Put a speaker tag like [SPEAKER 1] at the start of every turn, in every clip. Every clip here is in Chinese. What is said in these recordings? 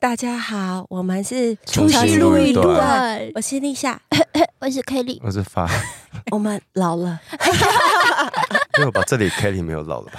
[SPEAKER 1] 大家好，我们是
[SPEAKER 2] 重新录一段
[SPEAKER 1] 我是丽夏，
[SPEAKER 3] 我是 Kelly，
[SPEAKER 2] 我是 发，
[SPEAKER 1] 我们老了，
[SPEAKER 2] 因为我把这里 Kelly 没有唠了吧？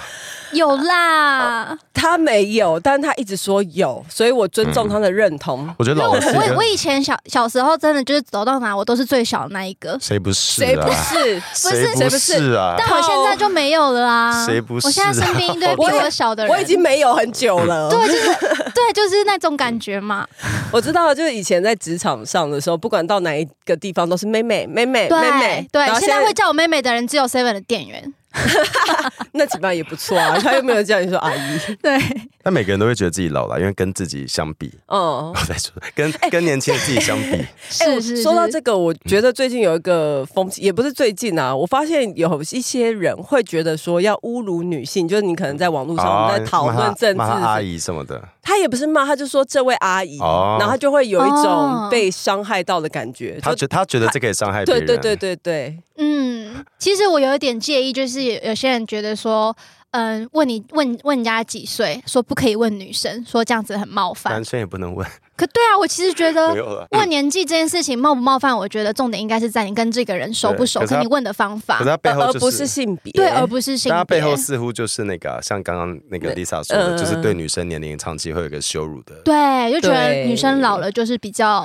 [SPEAKER 3] 有啦，
[SPEAKER 4] 他没有，但他一直说有，所以我尊重他的认同。
[SPEAKER 2] 我觉得
[SPEAKER 3] 因为
[SPEAKER 2] 老
[SPEAKER 3] 我
[SPEAKER 2] 了是一
[SPEAKER 3] 我
[SPEAKER 2] 个
[SPEAKER 3] 我以前小小时候真的就是走到哪我都是最小那一个，
[SPEAKER 2] 谁不是
[SPEAKER 4] 谁不
[SPEAKER 2] 啊？
[SPEAKER 4] 是？
[SPEAKER 2] 谁
[SPEAKER 4] 谁
[SPEAKER 2] 不
[SPEAKER 4] 不是
[SPEAKER 2] 是啊？
[SPEAKER 3] 但我现在就没有了啊。
[SPEAKER 2] 谁不是啊
[SPEAKER 3] 我现在身边 一堆比
[SPEAKER 4] 我
[SPEAKER 3] 我
[SPEAKER 4] 也
[SPEAKER 3] 小的人，
[SPEAKER 4] 我已经没有很久了。
[SPEAKER 3] 对，就是对，就是那种感觉嘛。
[SPEAKER 4] 我知道，就是以前在职场上的时候，不管到哪一个地方都是妹妹，妹妹，哎妹
[SPEAKER 3] 对
[SPEAKER 4] 妹。
[SPEAKER 3] 对
[SPEAKER 4] 然，后
[SPEAKER 3] 现在会叫我妹妹的人只有 Seven 的店员。
[SPEAKER 4] 那起码也不错啊，他又没有叫你说阿姨。
[SPEAKER 3] 对，
[SPEAKER 2] 但每个人都会觉得自己老了，因为跟自己相比，
[SPEAKER 4] 嗯
[SPEAKER 2] 我，在说跟
[SPEAKER 4] 哎
[SPEAKER 2] 跟年轻的自己相比，
[SPEAKER 3] 是是。
[SPEAKER 4] 说到
[SPEAKER 3] 是
[SPEAKER 4] 这个，我觉得最近有一个风气，也不是最近啊，我发现有一些人会觉得说要侮辱女性，就是你可能在网络上 我们在讨
[SPEAKER 2] 哦啊骂
[SPEAKER 4] 论
[SPEAKER 2] 他
[SPEAKER 4] 政治
[SPEAKER 2] 骂他阿
[SPEAKER 4] 什么，
[SPEAKER 2] 姨什么的，
[SPEAKER 4] 他也不是骂，他就说这位阿姨，
[SPEAKER 2] 哦
[SPEAKER 4] 然后他就会有一种
[SPEAKER 3] 哦
[SPEAKER 4] 被伤害到的感觉。
[SPEAKER 2] 他
[SPEAKER 4] 就
[SPEAKER 2] 觉他觉得这可以伤害别
[SPEAKER 4] 对
[SPEAKER 2] 人，
[SPEAKER 4] 对对对对，
[SPEAKER 3] 嗯，其实我有一点介意，就是有有些人觉得说，嗯，问你问问人家几岁，说不可以问女生，说这样子很冒犯
[SPEAKER 2] 男。生也不能问，
[SPEAKER 3] 可对啊，我其实觉
[SPEAKER 4] 呃
[SPEAKER 2] 没
[SPEAKER 3] 得
[SPEAKER 2] 有了。
[SPEAKER 3] 问年纪这件事情冒不冒犯，我觉得重点应该是在你跟这个人熟不熟，
[SPEAKER 2] 对可是他
[SPEAKER 3] 跟你问的方法
[SPEAKER 2] 可是，他背
[SPEAKER 4] 而
[SPEAKER 2] 后
[SPEAKER 4] 而不
[SPEAKER 2] 就是是，
[SPEAKER 4] 性别，
[SPEAKER 3] 对，而不是性
[SPEAKER 2] 但他
[SPEAKER 3] 别
[SPEAKER 2] 背。后似乎就是那个啊，像刚刚那个 Lisa 说
[SPEAKER 4] 嗯
[SPEAKER 2] 的，就是对女生年龄长期会有一个羞辱的，
[SPEAKER 3] 对，就觉得
[SPEAKER 4] 对
[SPEAKER 3] 女生老了就是比较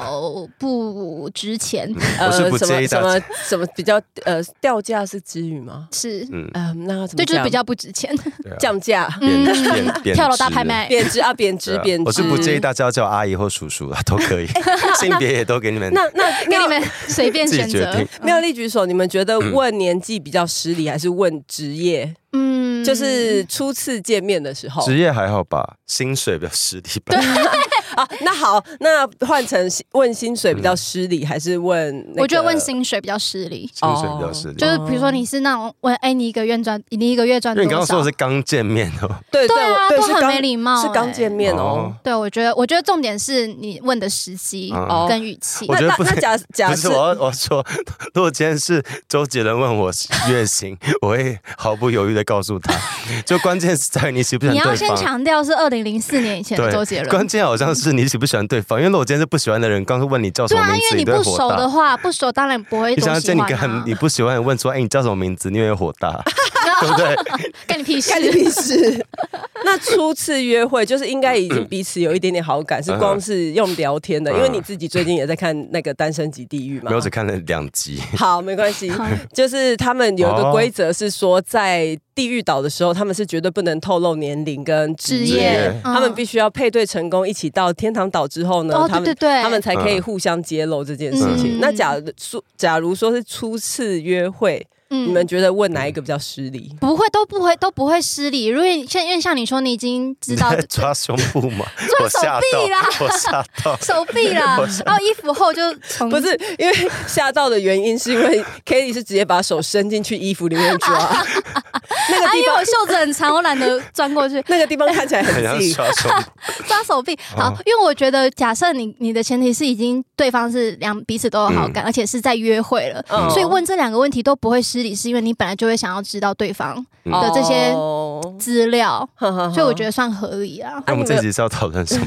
[SPEAKER 3] 不值钱，
[SPEAKER 2] 我是不
[SPEAKER 4] 呃什
[SPEAKER 2] 介
[SPEAKER 4] 么
[SPEAKER 2] 意
[SPEAKER 4] 什
[SPEAKER 2] 大
[SPEAKER 4] 么
[SPEAKER 2] 家，
[SPEAKER 4] 什么比较呃掉价是之语吗？
[SPEAKER 3] 是，
[SPEAKER 2] 嗯，
[SPEAKER 4] 嗯、那要怎么
[SPEAKER 3] 对，就是
[SPEAKER 4] 讲
[SPEAKER 3] 比较不值钱。
[SPEAKER 2] 对啊
[SPEAKER 4] 降价、
[SPEAKER 2] 贬
[SPEAKER 3] 嗯
[SPEAKER 2] 贬 贬
[SPEAKER 3] 跳楼大
[SPEAKER 2] 值
[SPEAKER 3] 拍卖，
[SPEAKER 4] 贬值啊，贬
[SPEAKER 2] 对
[SPEAKER 4] 值
[SPEAKER 2] 啊
[SPEAKER 4] 贬值。
[SPEAKER 2] 我是不建议大家叫阿姨或叔叔啊，都 可以，
[SPEAKER 3] 哎
[SPEAKER 2] 性别也都给你们。
[SPEAKER 4] 那那
[SPEAKER 3] 给你
[SPEAKER 4] 妙
[SPEAKER 3] 们随便
[SPEAKER 2] 自己
[SPEAKER 3] 选
[SPEAKER 2] 决
[SPEAKER 3] 择
[SPEAKER 2] 定。
[SPEAKER 4] 妙丽举手，你们觉得问
[SPEAKER 2] 嗯
[SPEAKER 4] 年纪比较失礼，还是问职业？
[SPEAKER 3] 嗯
[SPEAKER 4] 就是初次见面的时候
[SPEAKER 2] 职业还好吧，薪水比较实力吧。
[SPEAKER 4] 啊。那好，那换成问薪水比较失礼，还是问那个？
[SPEAKER 3] 我觉得问薪水比较失礼。
[SPEAKER 2] 薪水比较实力。
[SPEAKER 3] 哦就是比如说你是那种问，哎、你一个月赚，你一个月赚
[SPEAKER 2] 哦因为
[SPEAKER 3] 多少？
[SPEAKER 2] 你刚刚说的是刚见面哦，
[SPEAKER 4] 对
[SPEAKER 3] 对啊，
[SPEAKER 4] 我对
[SPEAKER 3] 都
[SPEAKER 4] 是
[SPEAKER 3] 很
[SPEAKER 4] 刚
[SPEAKER 3] 没礼貌、
[SPEAKER 4] 是刚见
[SPEAKER 3] 哎
[SPEAKER 4] 面哦。
[SPEAKER 3] 对，我觉得，我觉得重点是你问的时机
[SPEAKER 2] 哦
[SPEAKER 3] 跟语气。
[SPEAKER 2] 我觉得
[SPEAKER 4] 那
[SPEAKER 2] 不
[SPEAKER 4] 那
[SPEAKER 2] 是
[SPEAKER 4] 那假假
[SPEAKER 2] 不是
[SPEAKER 4] 设
[SPEAKER 2] 我要我说，如果今天是周杰伦问我月薪， 我会毫不犹豫的告 诉他。就关键是在于你喜不喜
[SPEAKER 3] 你
[SPEAKER 2] 欢
[SPEAKER 3] 要
[SPEAKER 2] 对
[SPEAKER 3] 先
[SPEAKER 2] 方。
[SPEAKER 3] 强调是二零零四年以前的周杰
[SPEAKER 2] 对，关
[SPEAKER 3] 伦。
[SPEAKER 2] 键好像是你喜不喜欢对方，因为如果今天是不喜欢的人，刚刚问你叫什
[SPEAKER 3] 对
[SPEAKER 2] 么
[SPEAKER 3] 啊，
[SPEAKER 2] 名
[SPEAKER 3] 因
[SPEAKER 2] 字，
[SPEAKER 3] 为你
[SPEAKER 2] 都会
[SPEAKER 3] 不
[SPEAKER 2] 火
[SPEAKER 3] 熟
[SPEAKER 2] 大
[SPEAKER 3] 的。话，不熟当然不会
[SPEAKER 2] 就
[SPEAKER 3] 多
[SPEAKER 2] 像
[SPEAKER 3] 喜
[SPEAKER 2] 见你
[SPEAKER 3] 欢、
[SPEAKER 2] 跟
[SPEAKER 3] 啊。
[SPEAKER 2] 你不喜欢的人问说，哎，你叫什么名字？你也会火大，对不对？
[SPEAKER 3] 干你屁事！
[SPEAKER 4] 干你屁 事！那初次约会就是应该已经彼此有一点点好感，
[SPEAKER 2] 嗯
[SPEAKER 4] 是光是用聊天的，因为你自己最近也在看那个《单身级地狱》嘛
[SPEAKER 2] 没有，。只看了两集。
[SPEAKER 4] 好，没关系，就是他们有一个规则是说，在地狱岛的时候，他们是绝对不能透露年龄跟职
[SPEAKER 3] 职
[SPEAKER 4] 业，
[SPEAKER 3] 业
[SPEAKER 2] 业，
[SPEAKER 3] 嗯
[SPEAKER 4] 他们必须要配对成功，一起到天堂岛之后呢，
[SPEAKER 3] 哦，
[SPEAKER 4] 他
[SPEAKER 3] 对对
[SPEAKER 4] 们
[SPEAKER 3] 对，
[SPEAKER 4] 他们才可以互相揭露这件事情。
[SPEAKER 3] 嗯
[SPEAKER 4] 那假如说，假如说是初次约会，
[SPEAKER 3] 嗯
[SPEAKER 4] 你们觉得问哪一个比较失礼？
[SPEAKER 3] 不会都不会都不会失礼，因为像因为像你说，你已经知道
[SPEAKER 2] 在 抓胸部嘛，
[SPEAKER 3] 抓
[SPEAKER 2] 我吓
[SPEAKER 3] 手臂啦。
[SPEAKER 2] 到，我吓到
[SPEAKER 3] 手臂 啦，然后衣服后就从
[SPEAKER 4] 不是因为吓到的原因，是因 为 k a t i e 是直接把手伸进去衣服里面抓，那个
[SPEAKER 3] 啊，
[SPEAKER 4] 地
[SPEAKER 3] 因为
[SPEAKER 4] 方、
[SPEAKER 3] 我袖子很长，我懒得钻过去
[SPEAKER 4] 那个地方看起来
[SPEAKER 2] 很像
[SPEAKER 4] 很近。
[SPEAKER 2] 抓胸部，
[SPEAKER 3] 抓手臂。
[SPEAKER 2] 哦
[SPEAKER 3] 好，因为我觉得，假设你你的前提是已经对方是两彼此都有好
[SPEAKER 2] 嗯
[SPEAKER 3] 感，而且是在约会了，
[SPEAKER 4] 嗯
[SPEAKER 3] 所以问这两个问题都不会失礼，是因为你本来就会想要知道对方的这些
[SPEAKER 4] 哦
[SPEAKER 3] 资料，
[SPEAKER 4] 呵呵呵
[SPEAKER 3] 所以我觉得算合理啊。
[SPEAKER 2] 那我
[SPEAKER 4] 你们
[SPEAKER 2] 们这集是要讨论什么？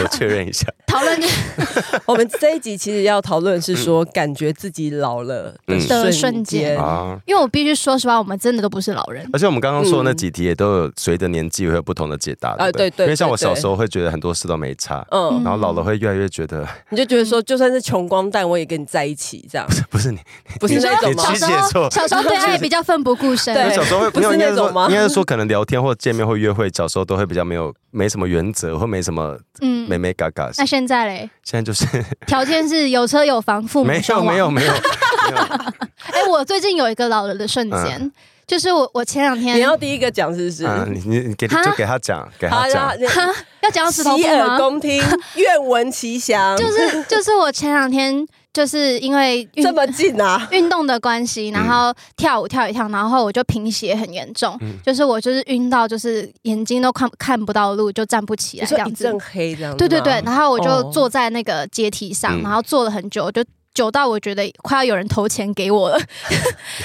[SPEAKER 2] 我确认一下。
[SPEAKER 3] 讨论
[SPEAKER 4] 我们这一集其实要讨论是说，感觉自己老了
[SPEAKER 2] 嗯
[SPEAKER 4] 的
[SPEAKER 3] 的
[SPEAKER 4] 瞬
[SPEAKER 3] 瞬
[SPEAKER 4] 间
[SPEAKER 3] 间。
[SPEAKER 2] 啊。
[SPEAKER 3] 因为我必须说实话，我们真的都不是老人。
[SPEAKER 2] 而且我们刚刚说的那几题也都有随着年纪会有不同的解答，
[SPEAKER 4] 啊
[SPEAKER 2] 对不
[SPEAKER 4] 对对
[SPEAKER 2] 因为像我
[SPEAKER 4] 对
[SPEAKER 2] 小时候会觉得很多事都没差，
[SPEAKER 4] 嗯，
[SPEAKER 2] 哦然后老了会越来越觉得
[SPEAKER 4] 你就觉得说，就算是穷光蛋，我也跟你在一起，这样
[SPEAKER 2] 不是你，
[SPEAKER 4] 不是那种
[SPEAKER 2] 你
[SPEAKER 4] 吗？
[SPEAKER 3] 小
[SPEAKER 2] 其
[SPEAKER 3] 时
[SPEAKER 2] 实也错
[SPEAKER 3] 候小时候对爱比较奋不顾身，
[SPEAKER 4] 对
[SPEAKER 2] 我小时候会
[SPEAKER 4] 不是
[SPEAKER 2] 没有应该
[SPEAKER 4] 那种
[SPEAKER 2] 说
[SPEAKER 4] 吗
[SPEAKER 2] 应该是说可能聊天或见面或约会，小时候都会比较没有没什么原则或没什么
[SPEAKER 3] 嗯
[SPEAKER 2] 美美嘎嘎。
[SPEAKER 3] 那
[SPEAKER 2] 现
[SPEAKER 3] 现在嘞，
[SPEAKER 2] 在就是
[SPEAKER 3] 条件是有车有房，父母
[SPEAKER 2] 没有
[SPEAKER 3] 双亡
[SPEAKER 2] 没有没有，
[SPEAKER 3] 哎、我最近有一个老了的瞬间，就是我我前两天
[SPEAKER 4] 你要第一个讲是不是？
[SPEAKER 2] 嗯，你你你给就给他讲，给他
[SPEAKER 4] 然后
[SPEAKER 2] 讲，
[SPEAKER 4] 你
[SPEAKER 3] 要讲到石头
[SPEAKER 4] 洗
[SPEAKER 3] 布
[SPEAKER 4] 耳
[SPEAKER 3] 吗？
[SPEAKER 4] 恭 听，愿闻其详，
[SPEAKER 3] 就是就是我前两天就是因为运
[SPEAKER 4] 这么近 啊！
[SPEAKER 3] 运动的关系，
[SPEAKER 2] 嗯
[SPEAKER 3] 然后跳舞跳一跳，然后我就贫血很严重，
[SPEAKER 2] 嗯
[SPEAKER 3] 就是我就是晕到就是眼睛都看看不到路，就站不起
[SPEAKER 4] 你
[SPEAKER 3] 来
[SPEAKER 4] 说
[SPEAKER 3] 这
[SPEAKER 4] 一
[SPEAKER 3] 样子
[SPEAKER 4] 阵。黑这样子吗，
[SPEAKER 3] 对对对，然后我就
[SPEAKER 4] 哦
[SPEAKER 3] 坐在那个阶梯上，
[SPEAKER 2] 嗯
[SPEAKER 3] 然后坐了很久，我就久到我觉得快要有人投钱给我了，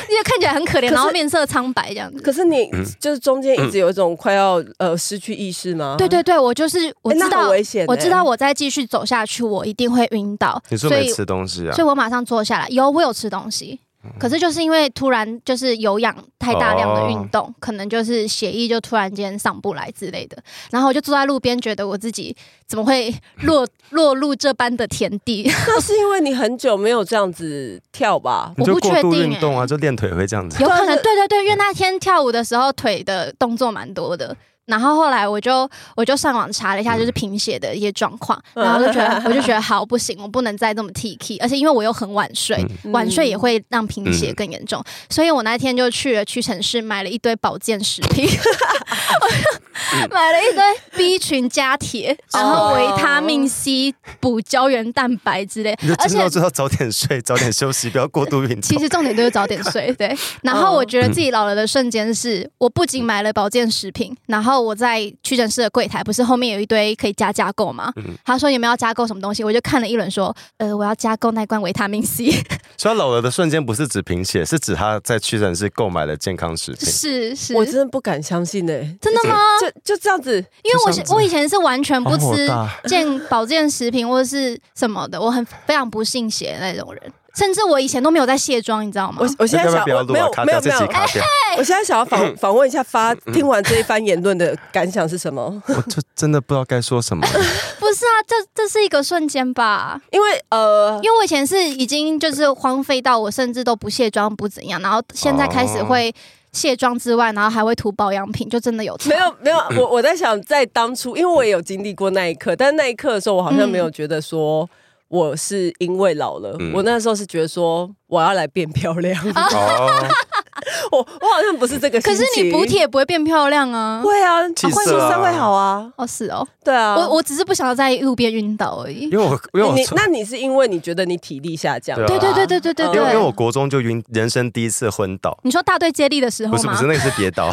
[SPEAKER 3] 因为看起来很可
[SPEAKER 4] 可
[SPEAKER 3] 怜，
[SPEAKER 4] 是
[SPEAKER 3] 然后面色苍白这样
[SPEAKER 2] 嗯
[SPEAKER 3] 子。
[SPEAKER 4] 可是你就是中间一直有一种快要呃失去意识吗？
[SPEAKER 3] 对对对，我就是我
[SPEAKER 4] 诶那
[SPEAKER 3] 知道
[SPEAKER 4] 很危险欸
[SPEAKER 3] 我知道我再继续走下去，我一定会晕倒。
[SPEAKER 2] 你说
[SPEAKER 3] 所
[SPEAKER 2] 没
[SPEAKER 3] 以
[SPEAKER 2] 吃东西啊嗯
[SPEAKER 3] 所以？我马上坐下来，有我有吃东西，可是就是因为突然就是有氧太大量的
[SPEAKER 2] 哦
[SPEAKER 3] 运动，可能就是血液就突然间上不来之类的，然后我就坐在路边，觉得我自己怎么会落落入这般的田地？
[SPEAKER 4] 那是因为你很久没有这样子跳吧？
[SPEAKER 2] 你就
[SPEAKER 3] 我不
[SPEAKER 2] 过
[SPEAKER 3] 确
[SPEAKER 2] 度
[SPEAKER 3] 定
[SPEAKER 2] 运
[SPEAKER 3] 欸
[SPEAKER 2] 动啊，就练腿会这样子。
[SPEAKER 3] 有可能，对对对，因为那天跳舞的时候腿的动作蛮多的。然后后来我就我就上网查了一
[SPEAKER 2] 嗯
[SPEAKER 3] 下，就是贫血的一些状况，
[SPEAKER 4] 嗯
[SPEAKER 3] 然后就觉得 我就觉得好不行，我不能再这么 T K，而且因为我又很晚睡，
[SPEAKER 2] 嗯
[SPEAKER 3] 晚睡也会让贫血更严重，所以我那天就去了屈臣氏买了一堆保健食 品， 我就买了一堆 B 群加铁，然后维他命 C、补胶原蛋白之类
[SPEAKER 2] 你就，
[SPEAKER 3] 而
[SPEAKER 2] 知道
[SPEAKER 3] 且
[SPEAKER 2] 知道早点睡， 早点休息，不要过度运动。
[SPEAKER 3] 其实重点就是早点睡，对。然后我觉得自己老了的瞬间是，我不仅买了保健食品，然后我在屈臣氏的柜台，不是后面有一堆可以加加购吗？他说你们要加购什么东西，我就看了一轮，说呃我要加购那罐维他命 C，
[SPEAKER 2] 所以老了的瞬间不是指贫血，是指他在屈臣氏购买了健康食品。
[SPEAKER 3] 是是，
[SPEAKER 4] 我真的不敢相信哎、
[SPEAKER 3] 真的吗？
[SPEAKER 4] 就就这样子，
[SPEAKER 3] 因为我是
[SPEAKER 2] 就像这
[SPEAKER 3] 我以前是完全不
[SPEAKER 2] 好火
[SPEAKER 3] 吃
[SPEAKER 2] 大
[SPEAKER 3] 健保健食品或者是什么的，我很非常不信邪的那种人，甚至我以前都没有在卸妆，你知道吗
[SPEAKER 4] 我？我现在
[SPEAKER 2] 要不
[SPEAKER 4] 想
[SPEAKER 2] 要不要
[SPEAKER 4] 我
[SPEAKER 2] 录
[SPEAKER 4] 没
[SPEAKER 2] 啊
[SPEAKER 4] 有？
[SPEAKER 2] 卡哎
[SPEAKER 4] 没有
[SPEAKER 2] 掉
[SPEAKER 4] 没
[SPEAKER 2] 这
[SPEAKER 4] 有
[SPEAKER 2] 集，卡掉，
[SPEAKER 4] 我现在想要访访问一下发
[SPEAKER 2] 嗯
[SPEAKER 4] 听完这一番言论的感想是什么？
[SPEAKER 2] 我就真的不知道该说什么。
[SPEAKER 3] 不是啊，这这是一个瞬间吧？
[SPEAKER 4] 因为呃，
[SPEAKER 3] 因为我以前是已经就是荒废到我甚至都不卸妆不怎样，然后现在开始
[SPEAKER 2] 哦
[SPEAKER 3] 会卸妆之外，然后还会涂保养品，就真的有差
[SPEAKER 4] 没有没有，
[SPEAKER 2] 嗯
[SPEAKER 4] 我我在想，在当初，因为我也有经历过那一刻，但那一刻的时候，我好像没有觉得
[SPEAKER 3] 嗯
[SPEAKER 4] 说我是因为老了，
[SPEAKER 2] 嗯
[SPEAKER 4] 我那时候是觉得说我要来变漂亮，
[SPEAKER 2] 哦，
[SPEAKER 4] 我我好像不是这个心
[SPEAKER 3] 啊可是
[SPEAKER 4] 情。
[SPEAKER 3] 你补铁也不会变漂亮啊。
[SPEAKER 4] 会啊，
[SPEAKER 2] 气
[SPEAKER 4] 会
[SPEAKER 2] 色啊
[SPEAKER 4] 会好啊，
[SPEAKER 3] 哦，是哦，
[SPEAKER 4] 对啊，
[SPEAKER 3] 我我只是不想要在路边晕倒而已。
[SPEAKER 2] 因为我因为我
[SPEAKER 4] 你
[SPEAKER 2] 从
[SPEAKER 4] 那你是因为你觉得你体力下降？
[SPEAKER 2] 对啊
[SPEAKER 3] 对对对对对对
[SPEAKER 4] 因
[SPEAKER 2] 因为因为我
[SPEAKER 3] 对，
[SPEAKER 2] 国中就晕，人生第一次昏倒。
[SPEAKER 3] 你说大队接力的时候
[SPEAKER 2] 不是不
[SPEAKER 3] 吗
[SPEAKER 2] 是，？那个是跌倒。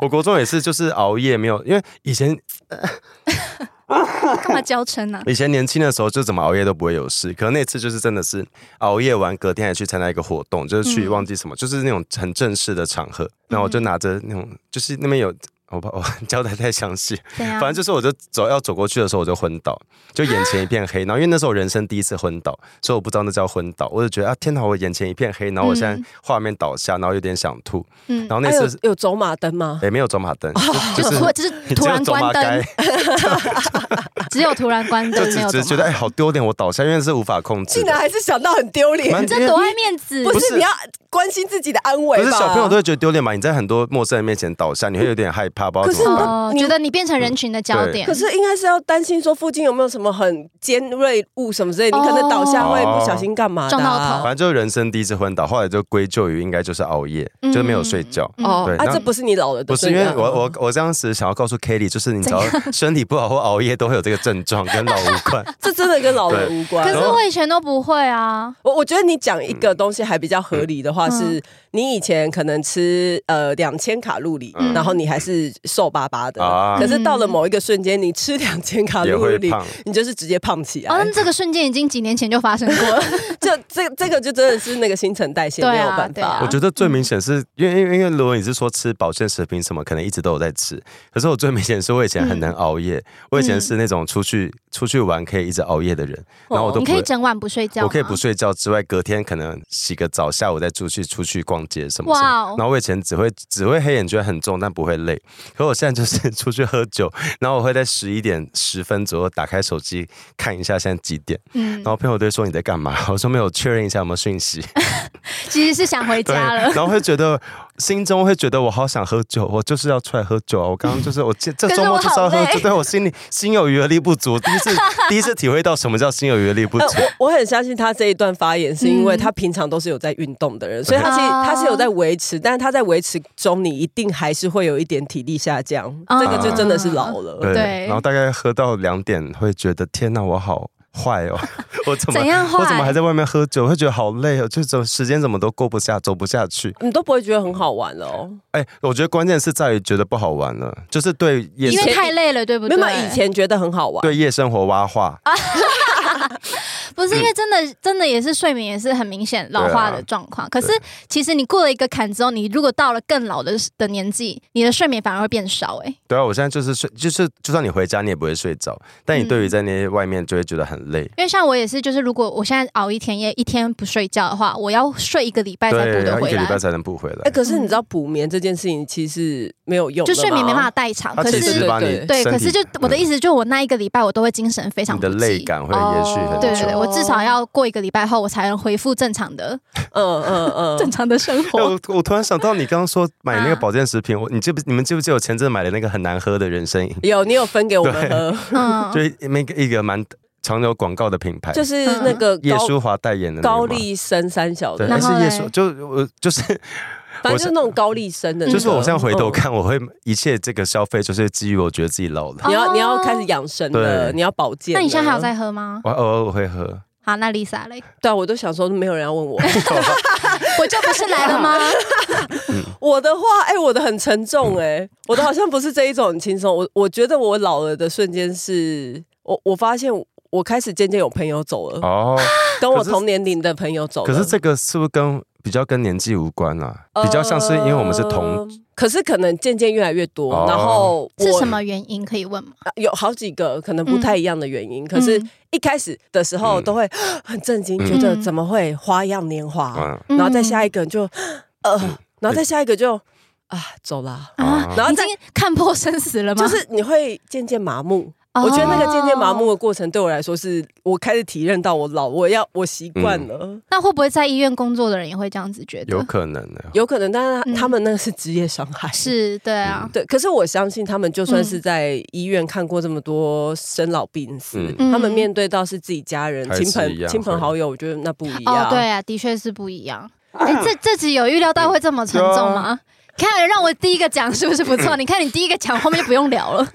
[SPEAKER 2] 我国中也是，就是熬夜没有，因为以前
[SPEAKER 3] 干嘛娇嗔啊 呢？
[SPEAKER 2] 以前年轻的时候就怎么熬夜都不会有事，可能那次就是真的是熬夜完，隔天还去参加一个活动，就是去
[SPEAKER 3] 嗯
[SPEAKER 2] 忘记什么，就是那种很正式的场合，然后我就拿着那种，就是那边有。我把我 交代太详细，
[SPEAKER 3] 怎样
[SPEAKER 2] 反？正就是我就走要走过去的时候我就昏倒，就眼前一片黑。然后因为那时候我人生第一次昏倒，所以我不知道那叫昏倒，我就觉得啊天哪，我眼前一片黑，然后我现在
[SPEAKER 3] 嗯
[SPEAKER 2] 画面倒下，然后有点想吐。
[SPEAKER 3] 嗯
[SPEAKER 2] 然，后那
[SPEAKER 4] 哎
[SPEAKER 2] 次
[SPEAKER 4] 有
[SPEAKER 2] 是
[SPEAKER 4] 有走马灯吗？
[SPEAKER 2] 也没有走马 灯，就就
[SPEAKER 3] 就
[SPEAKER 2] 是
[SPEAKER 3] 突 就是突然关灯，只有突 然关
[SPEAKER 2] 就
[SPEAKER 3] 灯，啊
[SPEAKER 2] 只
[SPEAKER 3] 没有
[SPEAKER 2] 只
[SPEAKER 3] 怎
[SPEAKER 2] 是觉
[SPEAKER 3] 么
[SPEAKER 2] 得哎，好丢脸，我倒下，因为是无法控制
[SPEAKER 4] 竟然
[SPEAKER 2] 的。
[SPEAKER 4] 还是想到很丢脸，
[SPEAKER 2] 蛮
[SPEAKER 3] 这多爱面子。
[SPEAKER 4] 不
[SPEAKER 2] 不
[SPEAKER 4] 是
[SPEAKER 2] 是
[SPEAKER 4] 你要关心自己的安
[SPEAKER 2] 可
[SPEAKER 4] 危吧？
[SPEAKER 2] 是小朋友都会觉得丢脸嘛？你在很多陌生人面前倒下，你会有点害怕，不知道怎么办。
[SPEAKER 3] 哦，
[SPEAKER 4] 你
[SPEAKER 3] 觉得你变成人群的焦
[SPEAKER 2] 嗯对
[SPEAKER 3] 点
[SPEAKER 4] 可。是应该是要担心说附近有没有什么很尖锐物什么之类，你
[SPEAKER 3] 哦
[SPEAKER 4] 可能倒下会不小心干嘛的啊、
[SPEAKER 3] 撞到头
[SPEAKER 2] 反正就是人生第一次昏倒，后来就归咎于应该就是熬夜，
[SPEAKER 3] 嗯
[SPEAKER 2] 就是没有睡觉。
[SPEAKER 3] 嗯
[SPEAKER 4] 哦
[SPEAKER 2] 对，
[SPEAKER 4] 啊，
[SPEAKER 2] 那
[SPEAKER 4] 这不是你老了的
[SPEAKER 2] 不是
[SPEAKER 4] 罪
[SPEAKER 2] 因
[SPEAKER 4] 啊，
[SPEAKER 2] 为我我我当时想要告诉 Kelly，就是你只要身体不好或熬夜都会有这个症状，跟老无 关。
[SPEAKER 3] 啊
[SPEAKER 4] 这真的跟老人无关
[SPEAKER 3] 可。是
[SPEAKER 2] 然后
[SPEAKER 3] 我以前都不会啊。
[SPEAKER 4] 我我觉得你讲一个
[SPEAKER 2] 嗯
[SPEAKER 4] 东西还比较合理的话，
[SPEAKER 3] 嗯
[SPEAKER 4] 是你以前可能吃呃两千卡路里，
[SPEAKER 3] 嗯
[SPEAKER 4] 然后你还是瘦巴巴的
[SPEAKER 2] 啊，
[SPEAKER 4] 可是到了某一个瞬间，你吃两千卡
[SPEAKER 2] 也
[SPEAKER 4] 路
[SPEAKER 2] 会
[SPEAKER 4] 里
[SPEAKER 2] 胖，
[SPEAKER 4] 你就是直接胖起
[SPEAKER 3] 哦，
[SPEAKER 4] 来
[SPEAKER 3] 那。这个瞬间已经几年前就发生 过了。
[SPEAKER 4] 就这这个就真的是那个新陈代谢
[SPEAKER 3] 对啊
[SPEAKER 4] 没有办
[SPEAKER 3] 对啊
[SPEAKER 4] 法
[SPEAKER 2] 我。觉得最明显是因为因为因为如果你是说吃保健食品什么，可能一直都有在吃。可是我最明显是我以前很
[SPEAKER 3] 嗯
[SPEAKER 2] 能熬夜，我以前是那种出去出去玩可以一直熬夜的人，然后我都
[SPEAKER 3] 哦你
[SPEAKER 2] 不
[SPEAKER 3] 可
[SPEAKER 2] 会
[SPEAKER 3] 以整晚不睡觉吗，
[SPEAKER 2] 我可以不睡觉之外，隔天可能洗个澡，下午再出去出去逛街什么什
[SPEAKER 3] 哇
[SPEAKER 2] 么
[SPEAKER 3] 哦。
[SPEAKER 2] 然后我以前只会只会黑眼圈很重，但不会累。可我现在就是 出去喝酒，然后我会在十一点十分左右打开手机看一下现在几点，
[SPEAKER 3] 嗯
[SPEAKER 2] 然，后朋友都会说你在干嘛， 我说没有确认一下有没有讯 息。
[SPEAKER 3] 其实是想回
[SPEAKER 2] 对，
[SPEAKER 3] 家了。
[SPEAKER 2] 然后会觉得心中会觉得我好想喝酒，我就是要出来喝酒啊！我刚刚就是我 这这
[SPEAKER 3] 可是
[SPEAKER 2] 周末就是要
[SPEAKER 3] 我
[SPEAKER 2] 喝
[SPEAKER 3] 好
[SPEAKER 2] 酒，
[SPEAKER 3] 累
[SPEAKER 2] 对我心里心有余而力不足，第一 次第一次体会到什么叫心有余而力不
[SPEAKER 4] 呃
[SPEAKER 2] 足。，
[SPEAKER 4] 我我很相信他这一段发言，是因为
[SPEAKER 3] 嗯
[SPEAKER 4] 他平常都是有在运动的人，所以他是
[SPEAKER 3] 啊
[SPEAKER 4] 他是有在维持，但是他在维持中，你一定还是会有一点体力下降，
[SPEAKER 3] 啊
[SPEAKER 4] 这个就真的是老了。
[SPEAKER 2] 对，
[SPEAKER 3] 对
[SPEAKER 2] 然后大概喝到两点，会觉得天哪，我好坏 哦，我怎么
[SPEAKER 3] 怎样坏
[SPEAKER 2] 我怎么还在外面喝酒？会觉得好累哦，就怎么时间怎么都过不下，走不下去。
[SPEAKER 4] 你都不会觉得很好玩了哦，
[SPEAKER 2] 哎，我觉得关键是在于觉得不好玩了，就是对夜
[SPEAKER 3] 因
[SPEAKER 2] 生
[SPEAKER 3] 为太累了，对不
[SPEAKER 4] 没
[SPEAKER 3] 对？
[SPEAKER 4] 有没有以前觉得很好玩，
[SPEAKER 3] 啊
[SPEAKER 2] 对夜生活挖话。
[SPEAKER 3] 不
[SPEAKER 2] 嗯
[SPEAKER 3] 是因为真的真的也是睡眠也是很明显老化的状况。
[SPEAKER 2] 啊
[SPEAKER 3] 可是其实你过了一个坎之后，你如果到了更老的的年纪，你的睡眠反而会变少、欸。哎，
[SPEAKER 2] 对啊，我现在就是睡，就是就算你回家你也不会睡着，但你对于
[SPEAKER 3] 嗯
[SPEAKER 2] 在那些外面就会觉得很累。
[SPEAKER 3] 因为像我也是，就是如果我现在熬一天夜，一天不睡觉的话，我要睡一个礼拜才补
[SPEAKER 2] 对，然
[SPEAKER 3] 得
[SPEAKER 2] 后一
[SPEAKER 3] 回
[SPEAKER 2] 个礼
[SPEAKER 3] 来
[SPEAKER 2] 拜。才能补回来。
[SPEAKER 4] 哎、可是你知道补眠这件事情其实没有用的
[SPEAKER 3] 嗯就
[SPEAKER 4] 吗，
[SPEAKER 3] 睡眠没办法代偿，
[SPEAKER 2] 它
[SPEAKER 3] 呃可
[SPEAKER 2] 其
[SPEAKER 4] 对
[SPEAKER 2] 实
[SPEAKER 3] 是
[SPEAKER 4] 对
[SPEAKER 2] 把你
[SPEAKER 4] 对
[SPEAKER 3] 对，可是就我的意
[SPEAKER 2] 思，
[SPEAKER 3] 思，就我那一个礼拜我都会精神非常
[SPEAKER 2] 你的
[SPEAKER 3] 不济
[SPEAKER 2] 累感会延续很
[SPEAKER 4] 哦
[SPEAKER 2] 久。
[SPEAKER 3] 对对对，我至少要过一个礼拜后，我才能恢复正常
[SPEAKER 2] 哦
[SPEAKER 3] 的、
[SPEAKER 4] 嗯嗯嗯，
[SPEAKER 3] 正常的 生
[SPEAKER 2] 哎
[SPEAKER 3] 活。
[SPEAKER 2] 我我突然想到，你刚刚说买那个
[SPEAKER 3] 啊
[SPEAKER 2] 保健食品，我你记不你们记不记得我前阵买的那个很难喝的人参饮，
[SPEAKER 4] 有你有分给我们喝，
[SPEAKER 3] 嗯，
[SPEAKER 2] 就一每个一个蛮常有广告的品牌，
[SPEAKER 4] 就是那个
[SPEAKER 2] 叶
[SPEAKER 4] 高
[SPEAKER 2] 舒华代言的那个
[SPEAKER 4] 高
[SPEAKER 2] 吗，
[SPEAKER 4] 丽参三小
[SPEAKER 2] 对，
[SPEAKER 4] 的，
[SPEAKER 3] 嗯然
[SPEAKER 2] 哎
[SPEAKER 3] 后
[SPEAKER 2] 是叶
[SPEAKER 3] 嘞
[SPEAKER 2] 舒，就我就是
[SPEAKER 4] 反正就是那种高丽参的那个，
[SPEAKER 2] 就是我现在回头
[SPEAKER 4] 嗯。
[SPEAKER 2] 看，我会一切这个消费就是基于我觉得自己老了，
[SPEAKER 3] 哦
[SPEAKER 4] 你要你要开始养生了，
[SPEAKER 2] 对
[SPEAKER 4] 你要保健了。
[SPEAKER 3] 那你现在还有在喝吗？
[SPEAKER 2] 我偶尔我会喝。
[SPEAKER 3] 好，那 Lisa 嘞，
[SPEAKER 4] 对啊，我都想说没有人要问我。
[SPEAKER 3] 我就不是来 了吗？
[SPEAKER 4] 我的话，哎、我的很沉重、哎，我的好像不是这一种很轻松。我我觉得我老了的瞬间是，我我发现我开始渐渐有朋友走了，
[SPEAKER 2] 哦，
[SPEAKER 4] 跟我
[SPEAKER 2] 可是
[SPEAKER 4] 同年龄的朋友走了。
[SPEAKER 2] 可是这个是不是跟比较跟年纪无关啊？比较像是因为我们是同
[SPEAKER 4] 呃，可是可能渐渐越来越多，
[SPEAKER 2] 哦
[SPEAKER 4] 然后我
[SPEAKER 3] 是什么原因可以问吗？
[SPEAKER 4] 有好几个可能不太一样的原因，可是
[SPEAKER 3] 嗯
[SPEAKER 4] 一开始的时候
[SPEAKER 2] 嗯
[SPEAKER 4] 都会 很震惊，
[SPEAKER 2] 嗯
[SPEAKER 4] 觉得怎么会花样年华，
[SPEAKER 2] 嗯
[SPEAKER 4] 然后再下一个就呃，然后再下一个就啊走啦，
[SPEAKER 2] 啊
[SPEAKER 4] 然后
[SPEAKER 3] 嗯已
[SPEAKER 4] 再
[SPEAKER 3] 经看破生死了吗？
[SPEAKER 4] 就是你会渐渐麻木。
[SPEAKER 3] 哦
[SPEAKER 4] 我觉得那个渐渐麻木的过程对我来说是，我开始体认到我老，我要我习惯
[SPEAKER 2] 嗯
[SPEAKER 4] 了。
[SPEAKER 3] 那会不会在医院工作的人也会这样子觉
[SPEAKER 2] 有
[SPEAKER 3] 得？
[SPEAKER 2] 可能的。
[SPEAKER 4] 有可能，但是
[SPEAKER 3] 嗯
[SPEAKER 4] 他们那个是职业伤害，
[SPEAKER 3] 是，对
[SPEAKER 2] 嗯
[SPEAKER 3] 啊，
[SPEAKER 4] 对，可是我相信他们就算
[SPEAKER 3] 嗯
[SPEAKER 4] 是在医院看过这么多生老病死，
[SPEAKER 2] 嗯
[SPEAKER 4] 他们面对到是自己家人、
[SPEAKER 2] 还是
[SPEAKER 4] 亲
[SPEAKER 2] 一
[SPEAKER 4] 朋、
[SPEAKER 2] 样
[SPEAKER 4] 亲朋好友，我觉得那不一样。
[SPEAKER 3] 哦，对啊，的确是不一 样。哎，这这集有预料到会这么沉重
[SPEAKER 2] 啊
[SPEAKER 3] 吗？看，让我第一个讲是不是 不错？你看你第一个讲，后面就不用聊了。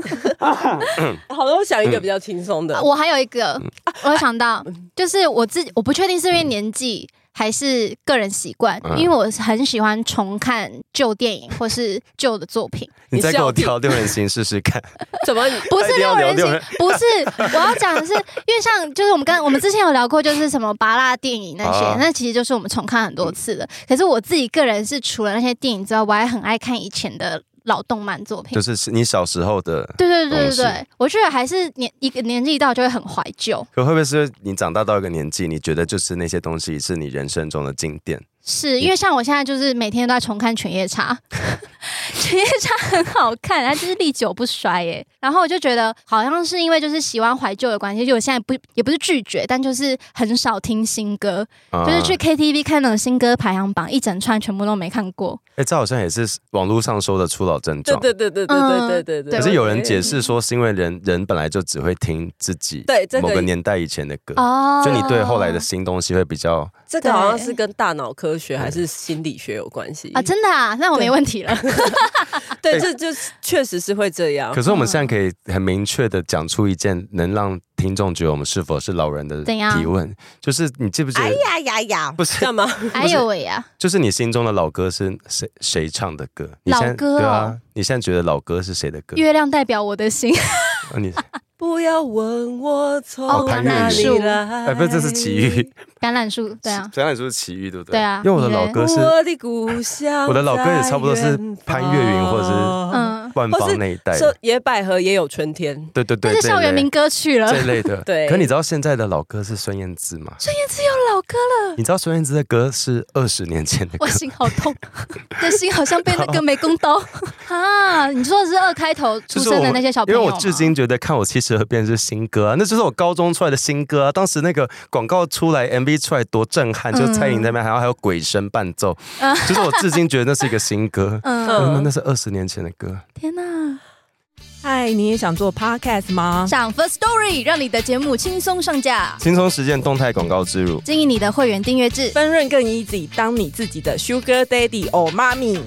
[SPEAKER 4] 好了，我想一
[SPEAKER 2] 嗯
[SPEAKER 4] 个比较轻松的。
[SPEAKER 3] 啊我还有一个，我有想
[SPEAKER 2] 啊
[SPEAKER 3] 到，就是我自己，我不确定是因为年纪还是个人习惯，
[SPEAKER 2] 嗯
[SPEAKER 3] 因为我很喜欢重看旧电影或是旧的作 品。
[SPEAKER 2] 你再给我
[SPEAKER 4] 你是要
[SPEAKER 2] 挑六人行试试 看，
[SPEAKER 4] 怎么？
[SPEAKER 3] 不
[SPEAKER 2] 他
[SPEAKER 3] 是
[SPEAKER 2] 一定要
[SPEAKER 3] 六人
[SPEAKER 2] 聊
[SPEAKER 3] 行
[SPEAKER 2] 六人，
[SPEAKER 3] 不是我要讲的是，因为像就是我们刚我们之前有聊过，就是什么拔蜡电影那些
[SPEAKER 2] 啊，嗯
[SPEAKER 3] 那其实就是我们重看很多次的。可是我自己个人是除了那些电影之外，我还很爱看以前的老动漫作品
[SPEAKER 2] 就。是你小时候的。
[SPEAKER 3] 对对对
[SPEAKER 2] 懂
[SPEAKER 3] 对
[SPEAKER 2] 事
[SPEAKER 3] 对，我觉得还是年一个年纪到就会很怀旧，
[SPEAKER 2] 可会不会是你长大到一个年纪，你觉得就是那些东西是你人生中的经典？
[SPEAKER 3] 是因为像我现在就是每天都在重看《犬夜叉》， 《犬夜叉》很好看，它就是历久不衰耶。然后我就觉得好像是因为就是喜欢怀旧的关系，就我现在不也不是拒绝，但就是很少听新歌，
[SPEAKER 2] 啊
[SPEAKER 3] 就是去 KTV 看那种新歌排行榜，一整串全部都没看过。
[SPEAKER 2] 哎，这好像也是网络上说的初老症
[SPEAKER 4] 对
[SPEAKER 2] 状。
[SPEAKER 4] 对对对对对对对对。
[SPEAKER 3] 嗯
[SPEAKER 2] 可是有人解
[SPEAKER 4] 释，
[SPEAKER 2] 释说，是因为人人本来就只会听自己
[SPEAKER 4] 对这个
[SPEAKER 2] 某个年代以前的歌，
[SPEAKER 3] 哦
[SPEAKER 2] 所以你对后来的新东西会比较
[SPEAKER 4] 这个好像是跟大脑科学还是心理学有关系
[SPEAKER 3] 啊，真的啊，那我没问题了。
[SPEAKER 4] 对，这这确实是会这
[SPEAKER 3] 哦
[SPEAKER 4] 样
[SPEAKER 2] 可。是我们现在可以很明确的讲出一件能让听众觉得我们是否是老人的
[SPEAKER 3] 怎样
[SPEAKER 2] 提问，就是你记不记得？
[SPEAKER 4] 呀呀呀！
[SPEAKER 2] 不是，
[SPEAKER 4] 干嘛？
[SPEAKER 3] 哎呦喂呀、
[SPEAKER 2] 就是你心中的老歌是谁谁唱的歌？你现在
[SPEAKER 3] 老歌哦
[SPEAKER 2] 对啊，你现在觉得老歌是谁的歌？
[SPEAKER 3] 月亮代表我的心，
[SPEAKER 2] 啊你
[SPEAKER 4] 不要问我
[SPEAKER 3] 哦
[SPEAKER 4] 从
[SPEAKER 2] 潘
[SPEAKER 4] 哪
[SPEAKER 2] 越
[SPEAKER 4] 里
[SPEAKER 3] 云
[SPEAKER 4] 来。
[SPEAKER 2] 哎，不是，这是奇 遇，
[SPEAKER 3] 橄榄树，对啊，
[SPEAKER 2] 橄榄树是奇遇，对不对？
[SPEAKER 3] 对啊
[SPEAKER 2] 因为我的
[SPEAKER 3] 你嘞
[SPEAKER 2] 老歌是
[SPEAKER 4] 我的故乡，
[SPEAKER 2] 我的老歌也差不多是潘越云或者是
[SPEAKER 3] 嗯，
[SPEAKER 2] 万芳那一代
[SPEAKER 4] 说
[SPEAKER 2] 的，
[SPEAKER 4] 野百合也有春天，
[SPEAKER 2] 对对
[SPEAKER 3] 那
[SPEAKER 2] 对，
[SPEAKER 3] 是
[SPEAKER 2] 这一
[SPEAKER 3] 校园
[SPEAKER 2] 类
[SPEAKER 3] 民歌曲了。
[SPEAKER 2] 这一类 的。
[SPEAKER 4] 对
[SPEAKER 2] 可你知道现在的老歌是孙燕姿吗？
[SPEAKER 3] 孙燕姿有老歌了，
[SPEAKER 2] 你知道孙燕姿的歌是二十年前的歌
[SPEAKER 3] 我，心好痛，我的心好像被那个美工 刀啊！你说的是二开头出生的那些小朋
[SPEAKER 2] 因
[SPEAKER 3] 友
[SPEAKER 2] 为
[SPEAKER 3] 吗。
[SPEAKER 2] 我至今觉得看我七十二变是新歌啊，那就是我高中出来的新歌啊。当时那个广告出来，MV 出来多震撼，就蔡依林那边，还有还有鬼声伴奏，就是我至今觉得那是一个新歌
[SPEAKER 3] 嗯，
[SPEAKER 2] 嗯、
[SPEAKER 4] 嗯
[SPEAKER 2] 那是二十年前的歌，
[SPEAKER 3] 天哪！
[SPEAKER 5] 嗨，你也想做 podcast 吗？
[SPEAKER 3] 上 First Story 让你的节目轻松上架，
[SPEAKER 2] 轻松实践动态广告之路。
[SPEAKER 3] 经营你的会员订阅制。
[SPEAKER 5] 分润更 easy，当你自己的 sugar daddy or mommy。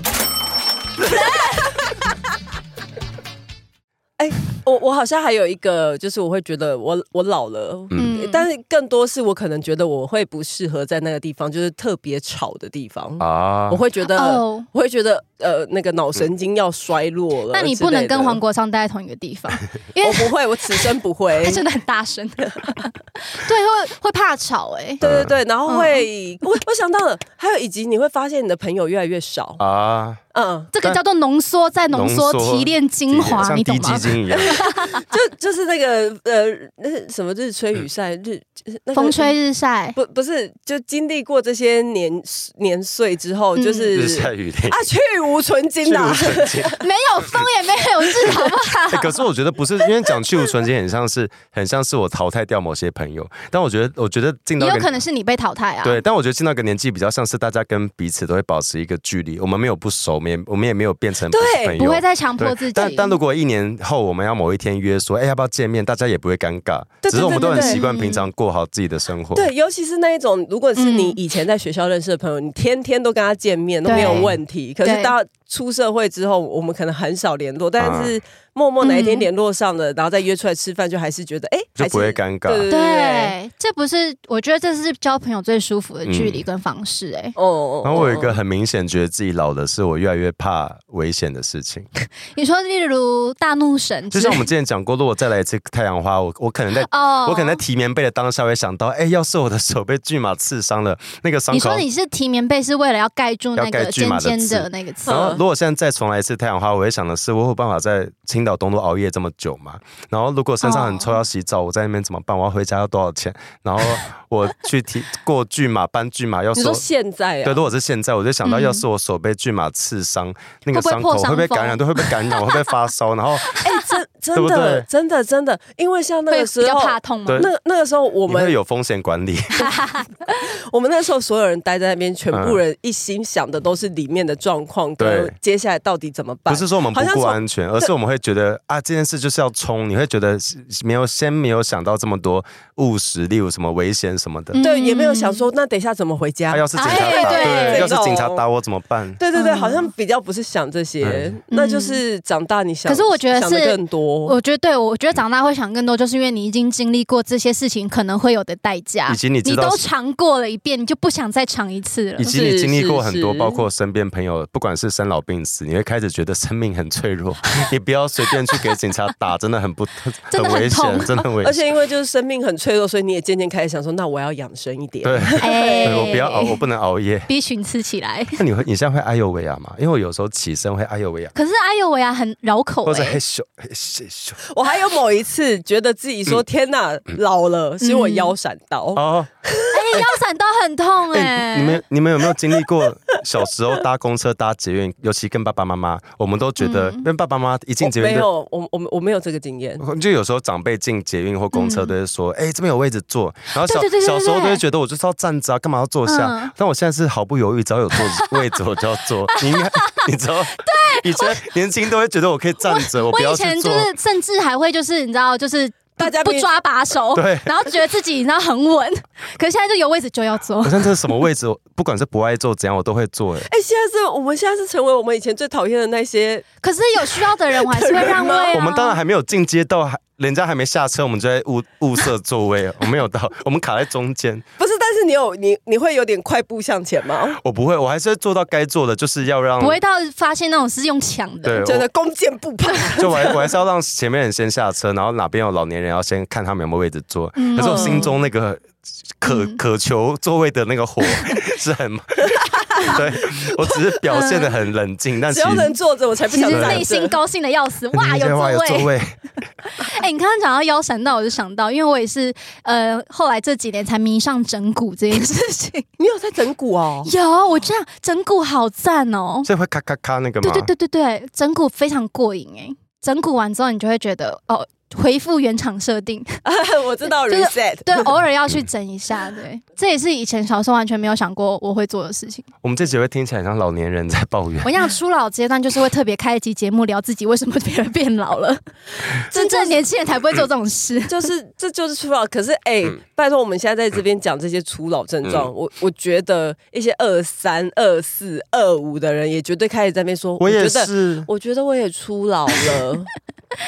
[SPEAKER 4] 哎、我我好像还有一个，就是我会觉得我我老了，
[SPEAKER 3] 嗯，
[SPEAKER 4] 但是更多是我可能觉得我会不适合在那个地方，就是特别吵的地方，
[SPEAKER 2] 啊
[SPEAKER 4] 我，会觉得、
[SPEAKER 3] 哦
[SPEAKER 4] 我会觉得呃那个脑神经要衰落了。
[SPEAKER 3] 那你不能跟黄，国昌待在同一个 地方，因为
[SPEAKER 4] 我不会，我此生不会
[SPEAKER 3] 他。真的很大声，对，会会怕吵哎、
[SPEAKER 4] 对对
[SPEAKER 2] 嗯
[SPEAKER 4] 对，然后会、我我想到了，还有以及你会发现你的朋友越来越少，
[SPEAKER 2] 啊，
[SPEAKER 4] 嗯，
[SPEAKER 3] 这个叫做浓缩再浓缩，
[SPEAKER 2] 浓缩
[SPEAKER 3] 提炼精华，
[SPEAKER 2] 像
[SPEAKER 3] 你懂
[SPEAKER 2] 滴鸡
[SPEAKER 3] 吗？
[SPEAKER 2] 精一 样，
[SPEAKER 4] 就就是那个呃那是什么日吹雨晒
[SPEAKER 2] 嗯
[SPEAKER 4] 日、那个
[SPEAKER 3] 风吹日晒，
[SPEAKER 4] 不不是，就经历过这些年年岁之后，
[SPEAKER 3] 嗯
[SPEAKER 4] 就是、
[SPEAKER 2] 日晒雨淋
[SPEAKER 4] 啊，。去无存
[SPEAKER 2] 去
[SPEAKER 4] 菁啊呐、
[SPEAKER 2] 无存菁，
[SPEAKER 3] 没有风也没有日，好 不好？
[SPEAKER 2] 哎可是我觉得不是，因为讲去无存菁很像是很像是我淘汰掉某些朋友，但我觉得我觉得进到
[SPEAKER 3] 也
[SPEAKER 2] 一
[SPEAKER 3] 有
[SPEAKER 2] 个
[SPEAKER 3] 可能是你被淘汰啊。
[SPEAKER 2] 对，但我觉得进到一个年纪比较像是大家跟彼此都会保持一个距离，我们没有不熟，我们也我们也没有变成不是
[SPEAKER 4] 对
[SPEAKER 2] 朋友，
[SPEAKER 3] 不会再强迫
[SPEAKER 2] 对，
[SPEAKER 3] 自己。
[SPEAKER 2] 但但如果一年后我们要某一天约说，哎，要不要见面？大家也不会尴尬，
[SPEAKER 4] 对对
[SPEAKER 2] 只是我们
[SPEAKER 4] 对
[SPEAKER 2] 都
[SPEAKER 4] 对
[SPEAKER 2] 很
[SPEAKER 4] 对
[SPEAKER 2] 习惯
[SPEAKER 3] 嗯
[SPEAKER 2] 平常过好自己的生 活。
[SPEAKER 4] 对，尤其是那一种，如果是你
[SPEAKER 3] 嗯
[SPEAKER 4] 以前在学校认识的朋友，你天天都跟他见面都
[SPEAKER 3] 对
[SPEAKER 4] 没有问题。可
[SPEAKER 3] 对
[SPEAKER 4] 是到出社会之后，我们可能很少联络，但
[SPEAKER 2] 啊
[SPEAKER 4] 是默默哪一天
[SPEAKER 3] 嗯
[SPEAKER 4] 联络上了，然后再约出来吃饭，就还是觉得哎，
[SPEAKER 2] 就
[SPEAKER 4] 还
[SPEAKER 2] 不会
[SPEAKER 4] 是
[SPEAKER 2] 尴
[SPEAKER 4] 对
[SPEAKER 2] 尬。
[SPEAKER 3] 对，这不是我觉得这是交朋友最舒服的距离
[SPEAKER 2] 嗯
[SPEAKER 3] 跟方式、哎、
[SPEAKER 4] 哦哦
[SPEAKER 2] 然后我有一个
[SPEAKER 4] 哦
[SPEAKER 2] 很明显觉得自己老的是，我越来越怕危险的事情。
[SPEAKER 3] 你说例如大怒神 之
[SPEAKER 2] 就
[SPEAKER 3] 类，
[SPEAKER 2] 像我们之前讲过，如果再来一次 太阳花，我我可能在。
[SPEAKER 3] 哦
[SPEAKER 2] 我可能在提棉被的当下会想到，哎、要是我的手被巨马刺伤了，那个伤
[SPEAKER 3] 你
[SPEAKER 2] 口
[SPEAKER 3] 说。你是提棉被是为了要盖住那
[SPEAKER 2] 要
[SPEAKER 3] 个
[SPEAKER 2] 盖巨
[SPEAKER 3] 尖
[SPEAKER 2] 马的嗯
[SPEAKER 3] 尖
[SPEAKER 2] 刺
[SPEAKER 3] 的那个刺
[SPEAKER 2] 然，后，如果现在再重来一次太阳花，我会想的是，我有办法在青岛东路熬夜这么久吗？然后，如果身上很臭
[SPEAKER 3] 哦
[SPEAKER 2] 要洗澡，我在那边怎么办？我要回家要多少钱？然后我去提过巨马搬巨马，要
[SPEAKER 4] 你
[SPEAKER 2] 是
[SPEAKER 4] 说
[SPEAKER 2] 我
[SPEAKER 4] 现在
[SPEAKER 2] 对，
[SPEAKER 4] 啊，
[SPEAKER 2] 如果是现在，我就想到，
[SPEAKER 3] 嗯
[SPEAKER 2] 要是我手被巨马刺伤，那个
[SPEAKER 3] 会不
[SPEAKER 2] 伤
[SPEAKER 3] 会
[SPEAKER 2] 口
[SPEAKER 3] 破
[SPEAKER 2] 会
[SPEAKER 3] 伤
[SPEAKER 2] 不会感
[SPEAKER 3] 风
[SPEAKER 2] 染？对，会不会感染？我会不会发烧？ 然后
[SPEAKER 4] 哎， 真
[SPEAKER 2] 对
[SPEAKER 4] 真
[SPEAKER 2] 不
[SPEAKER 4] 的
[SPEAKER 2] 对
[SPEAKER 4] 真的真的，因为像那
[SPEAKER 3] 会
[SPEAKER 4] 个
[SPEAKER 3] 比
[SPEAKER 4] 时
[SPEAKER 3] 较
[SPEAKER 4] 候，
[SPEAKER 3] 怕痛吗
[SPEAKER 2] 对？
[SPEAKER 4] 那那个时候我
[SPEAKER 2] 我们
[SPEAKER 4] 们
[SPEAKER 2] 会有风险管理，
[SPEAKER 4] 我们那时候所有人待在那边，全部人一心想的都是里面的状况，跟
[SPEAKER 2] 嗯对
[SPEAKER 4] 接下来到底怎么办。
[SPEAKER 2] 不是说我们不
[SPEAKER 4] 好像
[SPEAKER 2] 顾
[SPEAKER 4] 从
[SPEAKER 2] 安全，而是我们会觉得啊，这件事就是要冲，你会觉得是没有先没有想到这么多务实，例如什么危险什么的。
[SPEAKER 4] 对，也没有想
[SPEAKER 3] 嗯
[SPEAKER 4] 说那等一下怎么回家
[SPEAKER 2] 啊，。要是警察
[SPEAKER 3] 哎
[SPEAKER 2] 打，
[SPEAKER 3] 对
[SPEAKER 2] 对，要是
[SPEAKER 4] 这种
[SPEAKER 2] 警察打我怎么办？
[SPEAKER 4] 对对对，
[SPEAKER 3] 嗯
[SPEAKER 4] 好像比较不是想这些，那就是长大你想，
[SPEAKER 3] 可是我觉得
[SPEAKER 4] 想的
[SPEAKER 3] 是
[SPEAKER 4] 更多。
[SPEAKER 3] 我觉得对，我觉得长大会想更多，就是因为你已经经历过这些事情可能会有的代价，
[SPEAKER 2] 以及你知道
[SPEAKER 3] 都尝过了一遍，你就不想再尝一次了
[SPEAKER 2] 以。 及你经历过很多，
[SPEAKER 4] 是是
[SPEAKER 2] 包括身边朋友，不管是生老病死，你会开始觉得生命很脆弱，你不要随便去给警察打，真的很不
[SPEAKER 3] 真的很
[SPEAKER 2] 危险，
[SPEAKER 3] 痛
[SPEAKER 2] 真的很危
[SPEAKER 4] 而
[SPEAKER 2] 险。
[SPEAKER 4] 且因为就是生命很脆弱，所以你也渐渐开始想说，那我要养生一点。
[SPEAKER 2] 对，
[SPEAKER 3] 哎
[SPEAKER 2] 对我不要熬，我不能熬夜。
[SPEAKER 3] B 群吃起来。
[SPEAKER 2] 那你会，你现在会哎呦喂啊吗？因为我有时候起身会哎呦喂啊，
[SPEAKER 3] 可是哎呦喂呀，很绕口
[SPEAKER 2] 或者
[SPEAKER 3] 哎、
[SPEAKER 2] 嘿咻嘿咻嘿咻。
[SPEAKER 4] 我还有某一次觉得自己说
[SPEAKER 2] 嗯
[SPEAKER 4] 天哪，老了，是因为
[SPEAKER 3] 嗯
[SPEAKER 4] 我腰闪到。
[SPEAKER 2] 哦，
[SPEAKER 3] 哎、腰闪到很痛哎、
[SPEAKER 2] 哎，你们你们有没有经历过小时候搭公车搭捷运，尤其跟爸爸妈妈，我们都觉得
[SPEAKER 3] 嗯
[SPEAKER 2] 跟爸爸妈妈一进捷
[SPEAKER 4] 我哦没
[SPEAKER 2] 运就
[SPEAKER 4] 有，我我我没有这个经验。
[SPEAKER 2] 就有时候长辈进捷运或公车
[SPEAKER 3] 嗯
[SPEAKER 2] 都会说：“哎、这边有位置坐。”然后小
[SPEAKER 3] 对对对对
[SPEAKER 2] 小时候
[SPEAKER 3] 对
[SPEAKER 2] 都会觉得我就是要站着啊，干嘛要坐下？
[SPEAKER 3] 嗯
[SPEAKER 2] 但我现在是毫不犹豫，只要有坐位置我就要 坐。你应该你知道，对，以前年轻都会觉得我可以站着，我
[SPEAKER 3] 我
[SPEAKER 2] 不要
[SPEAKER 3] 以
[SPEAKER 2] 去
[SPEAKER 3] 前就
[SPEAKER 2] 坐。
[SPEAKER 3] 是甚至还会就是你知道就是
[SPEAKER 4] 大家
[SPEAKER 3] 不
[SPEAKER 4] 明
[SPEAKER 3] 抓把手，
[SPEAKER 2] 对
[SPEAKER 3] 然后觉得自己你知道很稳，可是现在就有位置就要坐
[SPEAKER 2] 好。像这是什么位置，我不管是不爱坐怎样，我都会坐。哎
[SPEAKER 4] 哎，现在是我们现在是成为我们以前最讨厌的那些
[SPEAKER 3] 可是有需要的人，我还是会让位、啊。
[SPEAKER 2] 我们当然还没有进阶到，还人家还没下车，我们就在物物色座位。啊我没有到，我们卡在中间。
[SPEAKER 4] 不是，但是你有你你会有点快步向前吗？
[SPEAKER 2] 我不会，我还是会做到该做的，就是要 让
[SPEAKER 3] 不会到发现那种是用抢的。
[SPEAKER 2] 对我
[SPEAKER 4] 真的弓箭步伐，
[SPEAKER 2] 就我还我还是要让前面人先下车，然后哪边有老年人要先看他们有没有位置坐。
[SPEAKER 3] 嗯
[SPEAKER 2] 可是我心中那个渴
[SPEAKER 3] 嗯
[SPEAKER 2] 渴求座位的那个火 是很，对我只是表现的很冷静，但
[SPEAKER 4] 只
[SPEAKER 2] 其
[SPEAKER 4] 要能
[SPEAKER 2] 实嗯
[SPEAKER 4] 坐着，我才不
[SPEAKER 3] 其
[SPEAKER 4] 想
[SPEAKER 3] 实
[SPEAKER 4] 站着。
[SPEAKER 3] 内心高兴的要 死，哇，有座
[SPEAKER 2] 哇有座
[SPEAKER 3] 位！
[SPEAKER 2] 位，
[SPEAKER 3] 哎、你刚刚讲到腰闪到，我就想到，因为我也是，呃，后来这几年才迷上整骨这件事情。
[SPEAKER 4] 你有在整蛊哦？
[SPEAKER 3] 有，我这样整骨好赞哦！
[SPEAKER 2] 所以会咔咔咔那个吗？
[SPEAKER 3] 对对对对对，整骨非常过瘾哎、整骨完之后，你就会觉得哦，恢复原厂设定，
[SPEAKER 4] 我知道
[SPEAKER 3] 就是
[SPEAKER 4] reset，
[SPEAKER 3] 对，偶尔要去整一 下，对，这也是以前小时候完全没有想过我会做的事情。
[SPEAKER 2] 我们这集会听起来像老年人在抱怨
[SPEAKER 3] 我。想初老阶段就是会特别开一集节目聊自己为什么别人变老 了，真正年轻人才不会做这种事。
[SPEAKER 4] 就是这就是初老。可是哎、
[SPEAKER 2] 嗯
[SPEAKER 4] 拜托，我们现在在这边讲这些初老症状，我我觉得一些二三、二四、二五的人也绝对开始在那边说，
[SPEAKER 2] 我也
[SPEAKER 4] 觉得，
[SPEAKER 2] 是，
[SPEAKER 4] 我觉得我也初老了。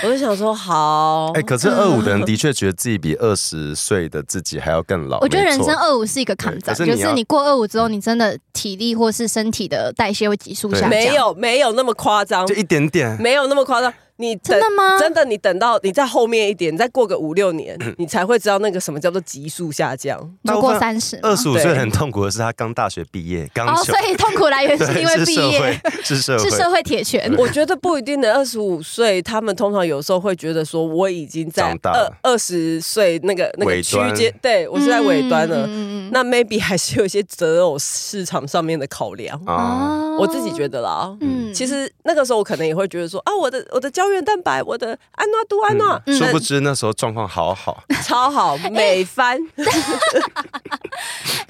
[SPEAKER 4] 我就想说
[SPEAKER 3] 哦
[SPEAKER 4] 好，
[SPEAKER 2] 哎、可是二五的 人的确觉得自己比二十岁的自己还要更老。
[SPEAKER 3] 我觉得
[SPEAKER 2] 没
[SPEAKER 3] 人
[SPEAKER 2] 错
[SPEAKER 3] 生二五是一个坎
[SPEAKER 2] 对可
[SPEAKER 3] 展，
[SPEAKER 2] 是
[SPEAKER 3] 就
[SPEAKER 2] 你要
[SPEAKER 3] 是你过二五之后，你真的体力或是身体的代谢会急速下降。
[SPEAKER 4] 没，有没有那么夸张
[SPEAKER 2] 就，一点点，
[SPEAKER 4] 没有那么夸张。你等
[SPEAKER 3] 真的吗？
[SPEAKER 4] 真的，你等到你在后面一点，你再过个五六年，
[SPEAKER 2] 嗯
[SPEAKER 4] 你才会知道那个什么叫做急速下降。
[SPEAKER 3] 你
[SPEAKER 2] 大
[SPEAKER 3] 就过
[SPEAKER 2] 部分
[SPEAKER 3] 三十，
[SPEAKER 2] 二十五岁
[SPEAKER 4] 对
[SPEAKER 2] 很痛苦的是，他刚大学毕业，刚
[SPEAKER 3] 哦，
[SPEAKER 2] 求
[SPEAKER 3] 所以痛苦来源 是因为
[SPEAKER 2] 对，是
[SPEAKER 3] 毕
[SPEAKER 2] 社
[SPEAKER 3] 业，
[SPEAKER 2] 会，是社
[SPEAKER 3] 是
[SPEAKER 2] 会，
[SPEAKER 3] 社会铁拳。
[SPEAKER 4] 我觉得不一定的，二十五岁，他们通常有时候会觉得说，我已经在
[SPEAKER 2] 长大
[SPEAKER 4] 二
[SPEAKER 2] 了
[SPEAKER 4] 二十岁那个那个
[SPEAKER 2] 尾
[SPEAKER 4] 区
[SPEAKER 2] 端
[SPEAKER 4] 间，对我是在尾端了。
[SPEAKER 3] 嗯嗯嗯
[SPEAKER 4] 那 maybe 还是有一些择偶市场上面的考量，
[SPEAKER 3] 哦
[SPEAKER 2] 啊，哦
[SPEAKER 4] 我自己觉
[SPEAKER 3] 得，
[SPEAKER 4] 得啦。
[SPEAKER 3] 嗯
[SPEAKER 4] 其实那个时候我可能也会觉得说啊，我的我的胶原蛋白，我的安娜都安娜，
[SPEAKER 2] 嗯
[SPEAKER 3] 嗯
[SPEAKER 2] 殊
[SPEAKER 4] 但
[SPEAKER 2] 不知那哎时候状况好好，
[SPEAKER 4] 超 好，美翻。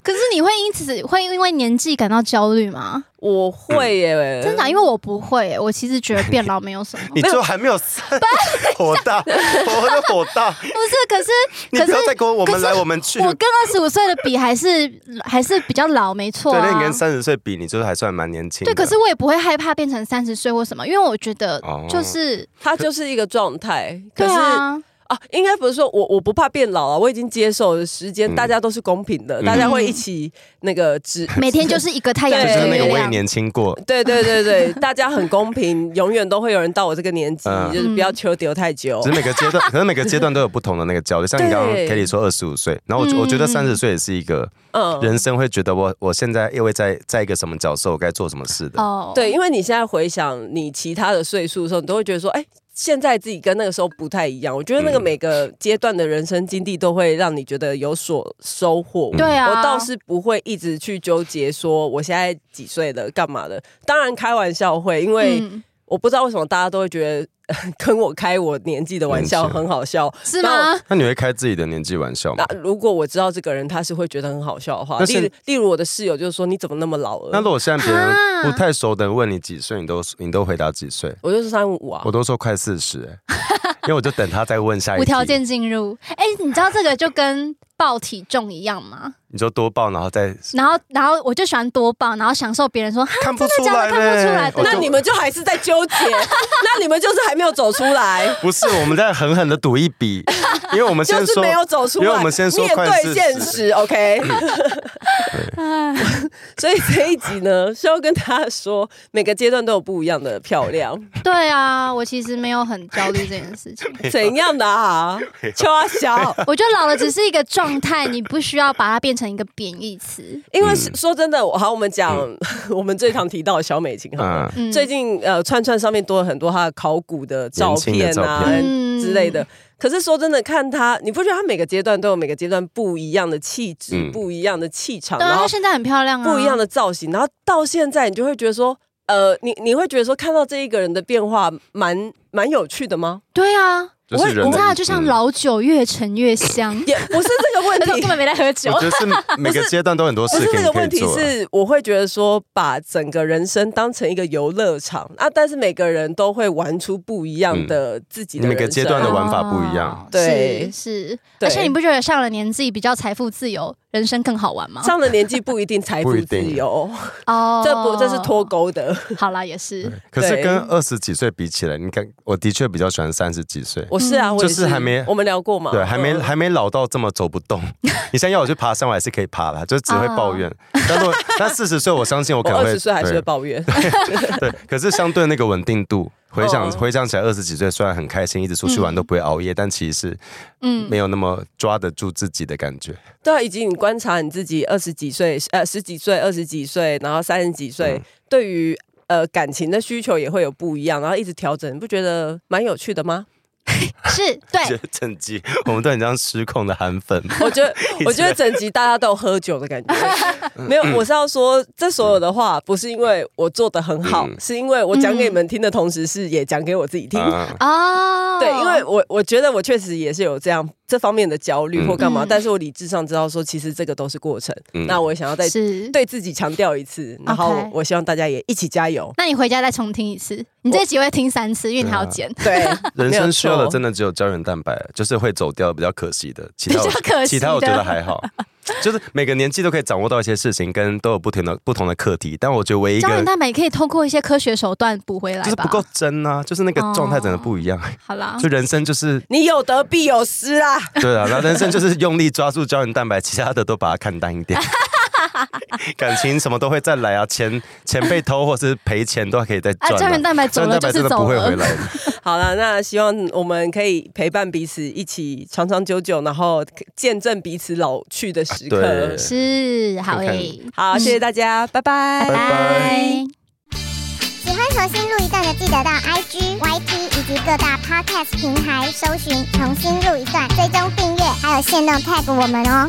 [SPEAKER 3] 可是你会因此会因为年纪感到焦虑吗？
[SPEAKER 4] 我会耶，
[SPEAKER 3] 真的啊，因为我不会耶，我其实觉得变老没有 什么。
[SPEAKER 2] 你就还没有散，火 大，我的火大，
[SPEAKER 3] 不是， 可是
[SPEAKER 2] 你
[SPEAKER 3] 可
[SPEAKER 2] 不
[SPEAKER 3] 是
[SPEAKER 2] 要再跟我
[SPEAKER 3] 可
[SPEAKER 2] 们
[SPEAKER 3] 是
[SPEAKER 2] 来我们去。
[SPEAKER 3] 我跟二十五岁的比，还是还是比较老，没错
[SPEAKER 2] 对，那
[SPEAKER 3] 啊
[SPEAKER 2] 你。跟三十岁比，你就是还算蛮年轻的。
[SPEAKER 3] 对，可是我也不会害怕变成三十岁或什么，因为我觉得
[SPEAKER 2] 哦
[SPEAKER 3] 就是、
[SPEAKER 4] 它就是一个状态。可
[SPEAKER 3] 对
[SPEAKER 4] 是
[SPEAKER 3] 啊，
[SPEAKER 4] 啊，应该不是说我我不怕变老啊，我已经接受了时间，
[SPEAKER 2] 嗯
[SPEAKER 4] 大家都是公平的，
[SPEAKER 2] 嗯
[SPEAKER 4] 大家会一起那个只。
[SPEAKER 3] 每天就是一个太阳
[SPEAKER 4] 对
[SPEAKER 2] 就
[SPEAKER 3] 跟
[SPEAKER 2] 是那
[SPEAKER 3] 月
[SPEAKER 2] 个我也
[SPEAKER 3] 亮。
[SPEAKER 2] 年轻过，
[SPEAKER 4] 对对对对，大家很公平，永远都会有人到我这个年纪，
[SPEAKER 2] 嗯
[SPEAKER 4] 就是不要求丢太久
[SPEAKER 3] 嗯
[SPEAKER 2] 只。是每个阶段，可能每个阶段都有不同的那个焦虑。像你刚刚
[SPEAKER 4] 对
[SPEAKER 2] Kelly 说二十五岁，然后我觉我觉得
[SPEAKER 3] 嗯
[SPEAKER 2] 三十岁也是一个
[SPEAKER 4] 嗯，
[SPEAKER 2] 人生会觉得我我现在因为在在一个什么角色，我该做什么事的。
[SPEAKER 3] 哦，
[SPEAKER 4] 对，因为你现在回想你其他的岁数的时候，你都会觉得说，哎、现在自己跟那个时候不太一样。我觉得那个
[SPEAKER 2] 嗯
[SPEAKER 4] 每个阶段的人生经历都会让你觉得有所收获。
[SPEAKER 2] 嗯
[SPEAKER 3] 对啊，
[SPEAKER 4] 我倒是不会一直去纠结说我现在几岁了，干嘛的。当然开玩笑会，因为
[SPEAKER 3] 嗯
[SPEAKER 4] 我不知道为什么大家都会觉得 呃跟我开我年纪的玩笑
[SPEAKER 2] 年纪
[SPEAKER 4] 很好笑。
[SPEAKER 3] 是
[SPEAKER 4] 那
[SPEAKER 3] 吗？
[SPEAKER 2] 那你会开自己的年纪玩笑
[SPEAKER 4] 那
[SPEAKER 2] 吗？
[SPEAKER 4] 如果我知道这个人，他是会觉得很好笑的话，
[SPEAKER 2] 那
[SPEAKER 4] 例
[SPEAKER 2] 是
[SPEAKER 4] 如例如我的室友就是说你怎么那么老
[SPEAKER 2] 那
[SPEAKER 4] 了，
[SPEAKER 2] 如果现在别人
[SPEAKER 3] 啊
[SPEAKER 2] 不太熟的问你几岁，你都你都回答几岁？
[SPEAKER 4] 我就是三五啊
[SPEAKER 2] 我，都说快四十、 欸，因为我就等他再问下一题。
[SPEAKER 3] 无条，件进入。哎、你知道这个就跟报体重一样吗？
[SPEAKER 2] 你就多报，然后再
[SPEAKER 4] 啊
[SPEAKER 3] 然后，然后我就喜欢多报，然后享受别人说 哈
[SPEAKER 2] 看不出
[SPEAKER 3] 真的
[SPEAKER 2] 来
[SPEAKER 3] 假的看不出来
[SPEAKER 2] 嘞。
[SPEAKER 3] 对
[SPEAKER 2] 我
[SPEAKER 4] 那
[SPEAKER 2] 就
[SPEAKER 4] 你们就还是在纠 结，那你们就是还没有走出来。
[SPEAKER 2] 不是我们在狠狠的赌一 笔，因为 我们
[SPEAKER 4] 就
[SPEAKER 2] 先
[SPEAKER 4] 是
[SPEAKER 2] 说
[SPEAKER 4] 没有走出
[SPEAKER 2] 因为
[SPEAKER 4] 来，
[SPEAKER 2] 我们先说
[SPEAKER 4] 面
[SPEAKER 2] 快
[SPEAKER 4] 对
[SPEAKER 2] 40
[SPEAKER 4] 现 实，OK
[SPEAKER 3] 哎。
[SPEAKER 4] 所以这一集呢，是要跟大家说，每个阶段都有不一样的漂 亮，
[SPEAKER 3] 对啊，我其实没有很焦虑这件事情。
[SPEAKER 4] 怎样的 啊？秋阿小，
[SPEAKER 2] 嗯
[SPEAKER 3] 我觉得老了只是一个状态，你不需要把它变成一个贬义词。
[SPEAKER 4] 因为是说真的，我好，我们讲 我们最常提到的小美琴，好了。
[SPEAKER 2] 嗯，
[SPEAKER 3] 嗯
[SPEAKER 4] 最近呃，串串上面多了很多她的考古的照
[SPEAKER 2] 年
[SPEAKER 4] 片
[SPEAKER 2] 轻的
[SPEAKER 4] 啊
[SPEAKER 2] 照片
[SPEAKER 3] 嗯
[SPEAKER 4] 之类的。可是说真的，看她，你不觉得她每个阶段都有每个阶段不一样的气质、
[SPEAKER 2] 嗯
[SPEAKER 4] 不一样的气场，
[SPEAKER 3] 对
[SPEAKER 4] 然
[SPEAKER 3] 啊，
[SPEAKER 4] 后
[SPEAKER 3] 她现在很漂亮啊，
[SPEAKER 4] 不一样的造型，然后到现在你就会觉得说，呃，你你会觉得说看到这一个人的变化蛮蛮有趣的吗？。
[SPEAKER 3] 对啊，
[SPEAKER 2] 就
[SPEAKER 3] 我
[SPEAKER 2] 是
[SPEAKER 3] 会
[SPEAKER 2] 人
[SPEAKER 3] 我
[SPEAKER 2] 的
[SPEAKER 3] 知道，就像
[SPEAKER 2] 嗯
[SPEAKER 3] 老酒越陈越香
[SPEAKER 4] 也不是这个问
[SPEAKER 3] 但是我 根
[SPEAKER 4] 题，
[SPEAKER 3] 本没在喝酒
[SPEAKER 2] 我，觉得是每个阶段都很多
[SPEAKER 4] 不
[SPEAKER 2] 事
[SPEAKER 4] 是
[SPEAKER 2] 情
[SPEAKER 4] 这个
[SPEAKER 2] 可以
[SPEAKER 4] 问题，
[SPEAKER 2] 做啊。
[SPEAKER 4] 是我会觉得说把整个人生当成一个游乐场啊，但是每个人都会玩出不一样的自己的
[SPEAKER 2] 嗯你每个
[SPEAKER 4] 人生
[SPEAKER 2] 阶段的
[SPEAKER 4] 啊
[SPEAKER 2] 玩法不一样
[SPEAKER 3] 哦
[SPEAKER 4] 对
[SPEAKER 3] 是是，
[SPEAKER 4] 对
[SPEAKER 3] 而且你不觉得上了年纪比较财富自由，人生更好玩吗？
[SPEAKER 4] 上了年纪不一定财富
[SPEAKER 2] 不一
[SPEAKER 4] 自
[SPEAKER 2] 定
[SPEAKER 4] 由，
[SPEAKER 3] 哦
[SPEAKER 4] 这不这是脱。钩的。
[SPEAKER 3] 好啦，也是
[SPEAKER 2] 对，可是
[SPEAKER 4] 对
[SPEAKER 2] 跟二十几岁比起来，你看，我的确比较喜欢三十几岁。
[SPEAKER 4] 我是啊，我也
[SPEAKER 2] 嗯就是还没
[SPEAKER 4] 我们聊过嘛，
[SPEAKER 2] 对，还没
[SPEAKER 4] 嗯
[SPEAKER 2] 还没老到这么走不动。你现在要我去爬山，我还是可以爬啦，就只会抱怨。但如果但四十岁，我相信我可
[SPEAKER 4] 啊我
[SPEAKER 2] 能
[SPEAKER 4] 二
[SPEAKER 2] 会
[SPEAKER 4] 十岁还是
[SPEAKER 2] 对
[SPEAKER 4] 会抱怨，
[SPEAKER 2] 对，可是相对那个稳定度，回想、
[SPEAKER 4] 嗯
[SPEAKER 2] 回想起来，二十几岁虽然很开心，一直出去玩
[SPEAKER 3] 嗯
[SPEAKER 2] 都不会熬夜，但其实是
[SPEAKER 3] 嗯
[SPEAKER 2] 没有那么抓得住自己的感觉。
[SPEAKER 4] 对啊，以及你观察你自己二十几岁、呃十几岁、二十几岁，然后三十几岁，
[SPEAKER 2] 嗯
[SPEAKER 4] 对于呃感情的需求也会有不一样，然后一直调整，你不觉得蛮有趣的吗？哎
[SPEAKER 2] 觉
[SPEAKER 3] 是 对，
[SPEAKER 2] 得整集我们都很像失控的韩粉，
[SPEAKER 4] 我 觉得，我觉得整集大家都有喝酒的感觉。没有，我是要说，这所有的话不是因为我做的很好，
[SPEAKER 2] 嗯
[SPEAKER 4] 是因为我讲给你们听的同时，是也讲给我自己听。
[SPEAKER 2] 啊
[SPEAKER 3] 哦，
[SPEAKER 4] 对，因为我我觉得我确实也是有这样这方面的焦虑或干嘛，
[SPEAKER 3] 嗯
[SPEAKER 4] 但是我理智上知道说，其实这个都是过程。
[SPEAKER 2] 嗯
[SPEAKER 4] 那我也想要再
[SPEAKER 3] 是。
[SPEAKER 4] 对自己强调一次，然后
[SPEAKER 3] OK
[SPEAKER 4] 我希望大家也一起加油。
[SPEAKER 3] 那你回家再重听一次，你这集会听三次，因为你还要剪，
[SPEAKER 4] 对，
[SPEAKER 2] 人
[SPEAKER 4] 没有
[SPEAKER 2] 生需要的
[SPEAKER 4] 错
[SPEAKER 2] 真的只有胶原蛋白，就是会走掉比较可惜的，其
[SPEAKER 3] 比
[SPEAKER 2] 他
[SPEAKER 3] 较
[SPEAKER 2] 我
[SPEAKER 3] 可惜
[SPEAKER 2] 其他我觉
[SPEAKER 3] 的
[SPEAKER 2] 得还 好，就是每个年纪都可以掌握到一些事情，跟都有不同的不同的课题，但我觉得唯一一
[SPEAKER 3] 胶原
[SPEAKER 2] 个
[SPEAKER 3] 蛋白也可以透过一些科学手段补回来吧。哦
[SPEAKER 2] 就是不够真啊，就是那个状态真的不一样，
[SPEAKER 3] 好啦
[SPEAKER 2] 就，人生 就是
[SPEAKER 4] 你有得必有失啦。
[SPEAKER 2] 对啊，那人生就是用力抓住胶原蛋白，其他的都把它看淡一 点。感情什么都会再来啊，钱钱被偷或是赔钱都还可以再
[SPEAKER 3] 啊
[SPEAKER 2] 赚、，啊。
[SPEAKER 3] 胶原蛋白走
[SPEAKER 2] 胶原
[SPEAKER 3] 了
[SPEAKER 2] 蛋
[SPEAKER 3] 就
[SPEAKER 2] 白真的
[SPEAKER 3] 是
[SPEAKER 2] 不
[SPEAKER 3] 走
[SPEAKER 2] 会回
[SPEAKER 3] 了。
[SPEAKER 2] 来的，
[SPEAKER 4] 好了，那希望我们可以陪伴彼此，一起长长久久，然后见证彼此老去的时刻
[SPEAKER 2] 啊对。
[SPEAKER 3] 是，好
[SPEAKER 2] 看看
[SPEAKER 3] 诶，
[SPEAKER 4] 好，谢谢大家，拜拜，
[SPEAKER 3] 拜拜。
[SPEAKER 6] 喜欢重新录一段的，记得到 IG、YT 以及各大 Podcast 平台搜寻“重新录一段”，追踪订阅，还有限定 tag 我们哦。